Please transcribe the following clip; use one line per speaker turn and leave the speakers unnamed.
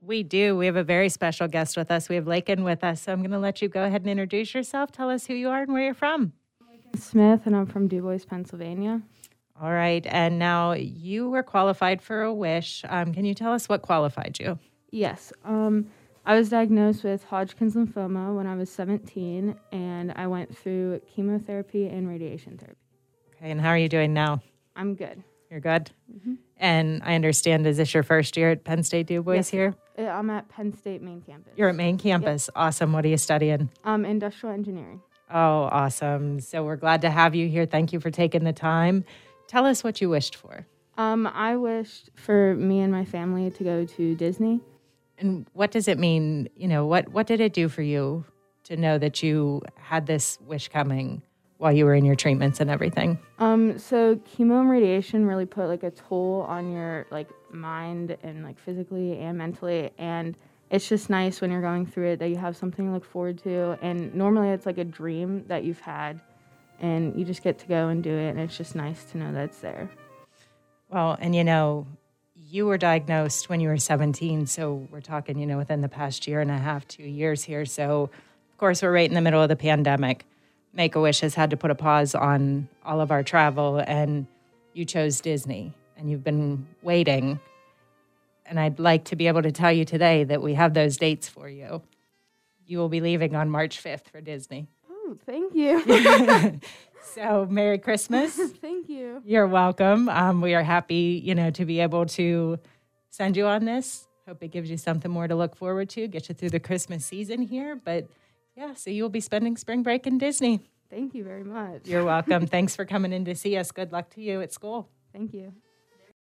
We do. We have a very special guest with us. We have Lakin with us. So I'm going to let you go ahead and introduce yourself. Tell us who you are and where you're from.
Smith, and I'm from Du Bois, Pennsylvania.
All right. And now you were qualified for a wish. Um, can you tell us what qualified you?
Yes, um, I was diagnosed with Hodgkin's lymphoma when I was 17, and I went through chemotherapy and radiation therapy.
Okay. And how are you doing now?
I'm good.
You're good? And I understand, is this your first year at Penn State Du Bois
Yes.
here?
Uh, I'm at Penn State main campus.
You're at main campus. Awesome. What are you studying?
um, industrial engineering.
Oh, awesome. So we're glad to have you here. Thank you for taking the time. Tell us what you wished for.
Um, I wished for me and my family to go to Disney.
And what does it mean? You know, what, what did it do for you to know that you had this wish coming while you were in your treatments and everything?
Um, so chemo and radiation really put like a toll on your like mind and like physically and mentally and it's just nice when you're going through it that you have something to look forward to and normally it's like a dream that you've had and you just get to go and do it and it's just nice to know that's there.
Well, and you know, you were diagnosed when you were 17. So we're talking, you know, within the past year and a half, two years here. So, of course, we're right in the middle of the pandemic. Make a Wish has had to put a pause on all of our travel, and you chose Disney and you've been waiting. And I'd like to be able to tell you today that we have those dates for you. You will be leaving on March 5th for Disney.
Oh, thank you.
So, Merry Christmas.
thank you.
You're welcome. Um, we are happy, you know, to be able to send you on this. Hope it gives you something more to look forward to, get you through the Christmas season here. But yeah, so you'll be spending spring break in Disney.
Thank you very much.
You're welcome. Thanks for coming in to see us. Good luck to you at school.
Thank you.